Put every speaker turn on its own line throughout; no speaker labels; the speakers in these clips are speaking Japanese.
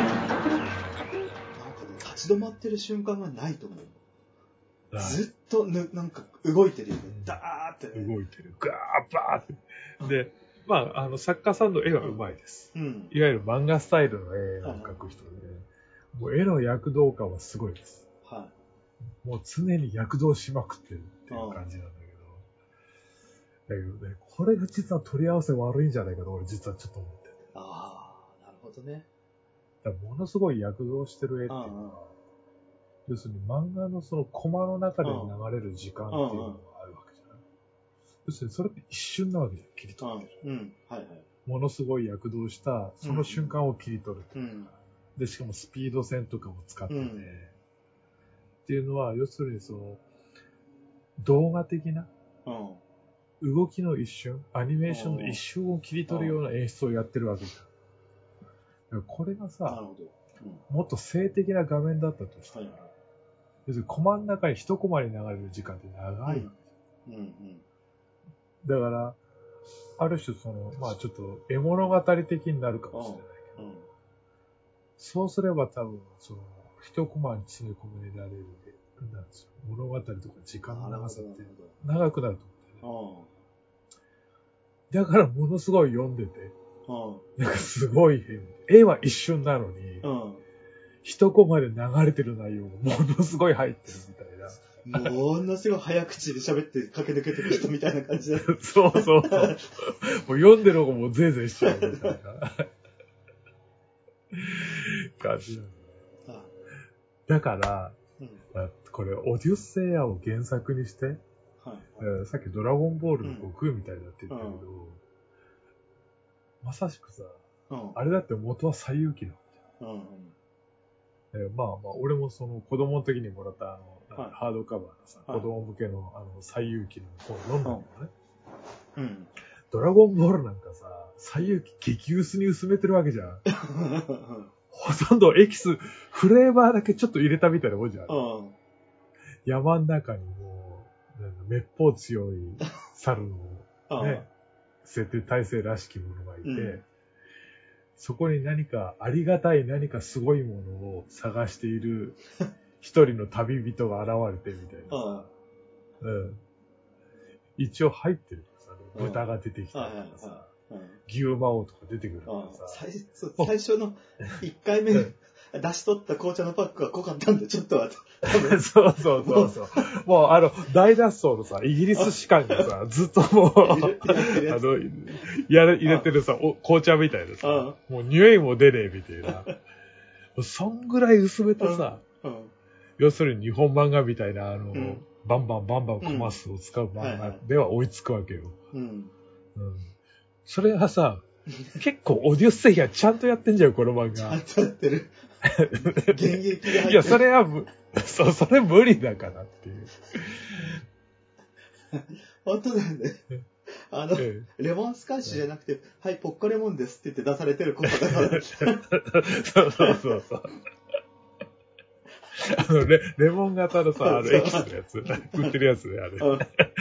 なんかね、立ち止まってる瞬間がないと思う。
はい
ずっとぬ、なんか動いてるよね。ダーってね。
動いてる。ガーバーって。で、まあ、あの、作家さんの絵がうまいです。
うん。
いわゆる漫画スタイルの絵を描く人で、もう絵の躍動感はすごいです。
は
もう常に躍動しまくってるっていう感じなんだけど。だけどね、これ実は取り合わせ悪いんじゃないかと、俺実はちょっと思ってて。
い。ああ、なるほどね。
だからものすごい躍動してる絵っていうの
うんうん
は、要するに漫画のそのコマの中で流れる時間っていうのがあるわけじゃない。要するにそれって一瞬なわけじゃん、切り取ってる。
うん。うん。はいはい。
ものすごい躍動した、その瞬間を切り取る。
うん。
で、しかもスピード戦とかも使ってて、
うん
っていうのは、要するにその、動画的な
うん。
動きの一瞬、アニメーションの一瞬を切り取るような演出をやってるわけじゃん。だからこれが
なる
さ、
ほど。うん。
もっと性的な画面だったとした
は
ら、
いは
要するにコマの中に一コマに流れる時間って長い。
うんい。うん
だから、ある種その、まあちょっと絵物語的になるかもしれないけど、
うん。うん。
そうすれば多分、その、一コマに詰め込められる、なんですよ。物語とか時間の長さって
なるほ
長くなると思うんだ
ど
よね。だからものすごい読んでて、
う
なんかすごい変。絵は一瞬なの
ん。
に、
うん。
一コマで流れてる内容がものすごい入ってるみたいな。
うん。ものすごい早口で喋って駆け抜けてる人みたいな感 じだね。
そうそうそう。もう読んでる方がもうゼーゼーしちゃうみたいな感じなのね
あ
だから、
うん。
まあこれ、オデュッセイアを原作にして、
はい。
えーさっきドラゴンボールの悟空みたいだって言ったけど、まさしくさ、
うん。
あれだって元は西遊記だ。
うん。
えーまあまあ、俺もその子供の時にもらったあの、
はい
ハードカバーのさ、
はい
子供向けのあの、西遊記の本読んだんだよね。
うん。
ドラゴンボールなんかさ、西遊記激薄に薄めてるわけじゃん。
うん。
ほとんどエキス、フレーバーだけちょっと入れたみたいなもんじゃん。
うん。
山ん中にもう、なんか滅法強い猿の
うん。
ね、設定体制らしきものがいて、
うん
そこに何かありがたい何かすごいものを探してい る一人の旅人が現れてみたいな。
うん。
うん、一応入ってるからさ、
うん
豚が出てきたりとか
はい
さ、
うん。
牛魔王とか出てくるか
あ
らさ
あ、 最そう最初の1回目
うん
出し取った紅茶のパックが濃かったんで、ちょっと は、多分
そうそうそうそう。もうあの、大脱走のさ、イギリス士官がさ、ずっともう、あ
入れ入れてるやつ
の、やれ入れてるさ、お紅茶みたいなさ
うん、
もう匂いも出ねえみたいな。もうそんぐらい薄めたさ、
うん
要するに日本漫画みたいな、あの、
うん
バンバンバンバンコマ数を使う漫
はいは
画
い
では追いつくわけよ。
うん。
うん。それ がさ、結構オデュッセイがちゃんとやってんじゃん、この漫
ちゃ
画
ん。とやって る。現役で入ってる。
いや、それはむ、そう、それ無理だからっ ていう。
本当だよね
うん。
あの、
ええ
レモンスカッシュじゃなくて、はい、ポッカレモンですって言って出されてることだから。
そうそうそうそう。あのレ、レモン型のさ、あの、エキスのやつ、売ってるやつね、あれ。
うん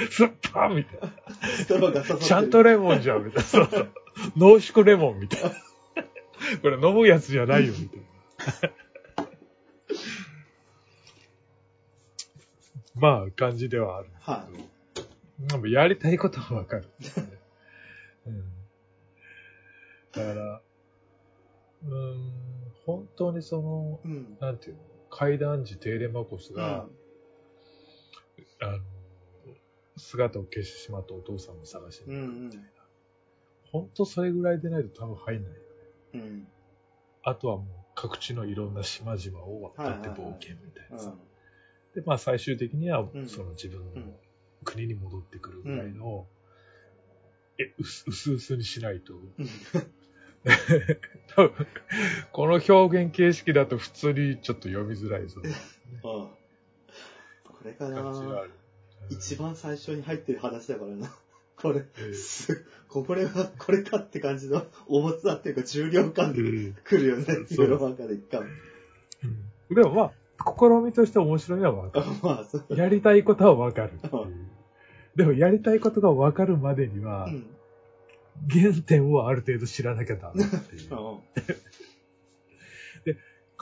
酸っぱみたいな。
ストローが刺さってる。
ちゃんとレモンじゃん、みたいな。そうそう。濃縮レモンみたいな。これ飲むやつじゃないよ、みたいな。まあ、感じではある。
はい。
でもやりたいことはわかる、うん。だから、うーん、本当にその、
うん。
なんていうの、階段時テーレマコス
う
が、
ん
あの、姿を消してしまったお父さんを探して
う
る、
ん。
本当それぐらいでないと多分入んない。
うん。
あとはもう各地のいろんな島々を渡って冒険みたいなさ。
うん
で、まあ最終的には
う、ん
その自分の
うん
国に戻ってくるぐらいの、え、うす、うすうすにしないと、
うん。
多分、 この表現形式だと普通にちょっと読みづらいぞ。
うんこれか
感じがあ
な。
る。
一番最初に入ってる話だからな。これ。
えー
す これは、これかって感じの重さっていうか重量感で
え
来るよね、
そう
ユーロ漫画で一回。
ーでもまあ、試みとして面白いのはわか
あまあ、そう。
る。やりたいことはわかるっていう。でもやりたいことが分かるまでには、
うん。
原点をある程度知らなきゃダメって いう。
あ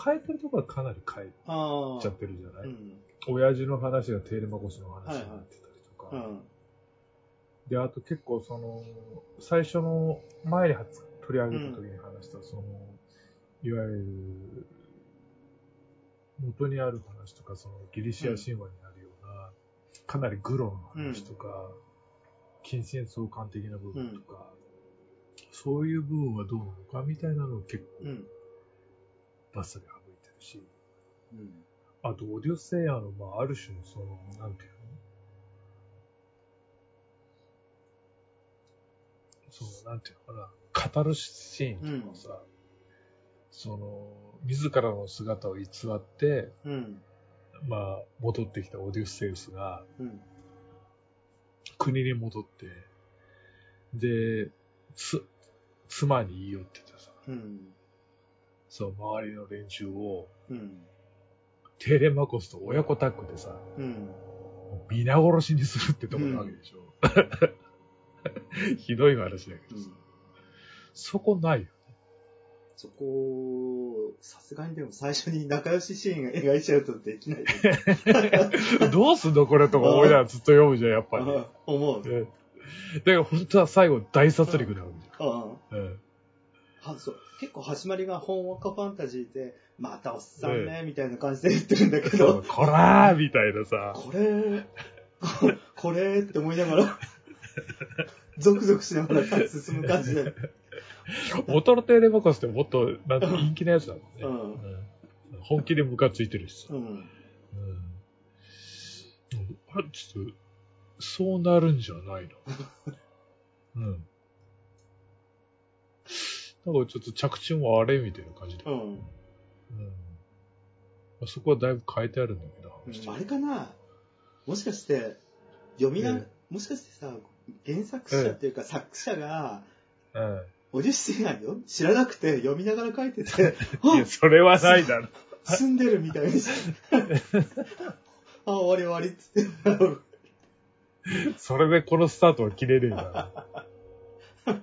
変えてるとこはかなり変え
あ。
ちゃってるじゃな
う
い、
ん。
親父の話がテーレマ越しの話になってたりとか。
うん。
で、あと結構その、最初の前に取り上げた時に話した、その、いわゆる、元にある話とか、そのギリシア神話にあるような、かなりグロの話とか、近親相関的な部分とか、そういう部分はどうなのかみたいなのを結
う
構
ん。
バッサリ省いてるし、あとオデュッセイアの、まあ、ある種のその、なんていうのその、なんていうのかな、語るシーンとかさ、その、自らの姿を偽って、
うん。
まあ、戻ってきたオデュッセウスが、
うん。
国に戻って、で、つ、妻に言い寄ってたさ、
うん。
その周りの連中を、
うん。
テーレマコスと親子タッグでさ、
うん。
皆殺しにするってとこなわけでしょ。 ひどい話だけどさ、そこないよ。
そこ、さすがにでも最初に仲良しシーン描いちゃうとできない。
どうすんのこれとか思いながらずっと読むじゃん、やっぱり。
あ思う。
うんだから本当は最後大殺戮なわけじ
あ
ゃん。うん
あはそう結構始まりが本若ファンタジーで、またおっさんね、みたいな感じで言ってるんだけ
そ
ど、
うこらーみたいなさ。
これ、こ これって思いなが ら、ゾクゾクしながら進む感じ で。
元のテーレバコスってもっとなんか陰気なやつだもんね。
う
うん本気でムカついてるしさ。
うん。
うんあれ、ちょっと、そうなるんじゃないのうん。なんかちょっと着地もあれみたいな感じで。
う
うん。
ん。
まあそこはだいぶ変えてあるんだけど、話して
あれかなもしかして、読みが、
え
もしかしてさ、原作者っていうか作者が、オデュッセイなんよ知らなくて読みながら書いてて、
う ん。いや、
あ
それはないだろ。
住んでるみたい にしてあ、終わり終わりっつ って。
それでこのスタートは切れねえんだろ。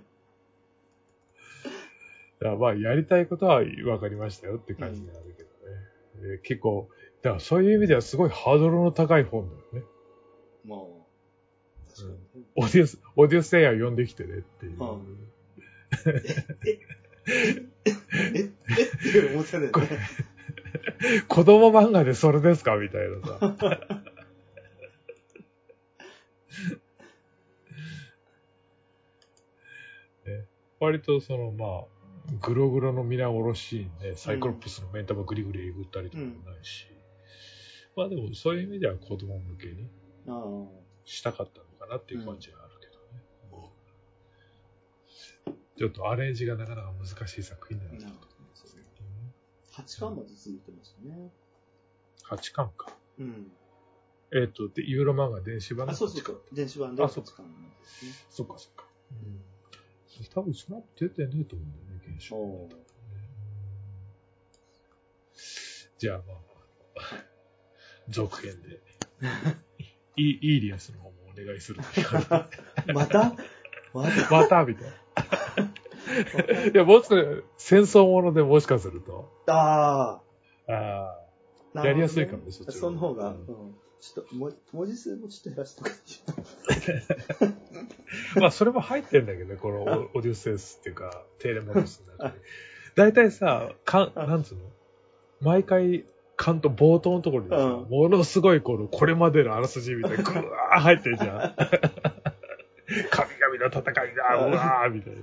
だからまあ、やりたいことは分かりましたよって感じになるけどね。えー結構、だからそういう意味ではすごいハードルの高い本だよね。
もう、確かに。
オデュス、オデュッセイア呼んできてねっていう。
はえ、えって思ってたよね。
子供漫画でそれですかみたいな さ。ね割とそのまあ、グログロの皆殺しシーンで、サイクロプスの目ん玉グリグリえぐったりとかもないし、まあでもそういう意味では子供向けに
あー
したかったのかなっていう感じはあるけどね。ちょっとアレンジがなかなか難しい作品だな
な
と
る
思
ほど
って、
八巻まで続いてましたね。
8巻か。
うん。
えっ、と、で、ユーロ漫画電子版の
あ、そうそう
8巻
そう。電子版で
あそう
八巻なんですね。
そっかそっか。多分その後出てねえと思うんだよね、現象
おー
じゃあまあまあ、続編 で。イイーリアスの方もお願いするって感じ。
またまた
またみたい な。いや、もうすぐ戦争ものでもしかすると。
あ
あ
あ。
やりやすいかもねそっちの方が
その方が。
う
うんんちょっともう、文字数もちょっと減らしとか
あ。 まあ、それも入ってんだけどね、この オオデュッセウスっていうか、テーレモノスの中に。大体さ、かん、なんつうの毎回、関東冒頭のところにさ、
うん
ものすごいこの、これまでのあらすじみた いな、ぐわー入ってんじゃん。神々の戦いだ、うわーみたいな。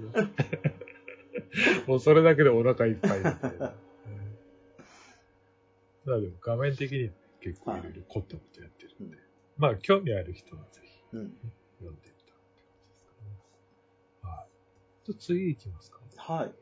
もうそれだけでお腹いっぱいみたい な。うんまあでも画面的に結構いろいろ凝ったことやってるんで、まあ興味ある人はぜひ
うん。
読んでみたって感じですかね。はい。じゃあ次行きますか。
はい。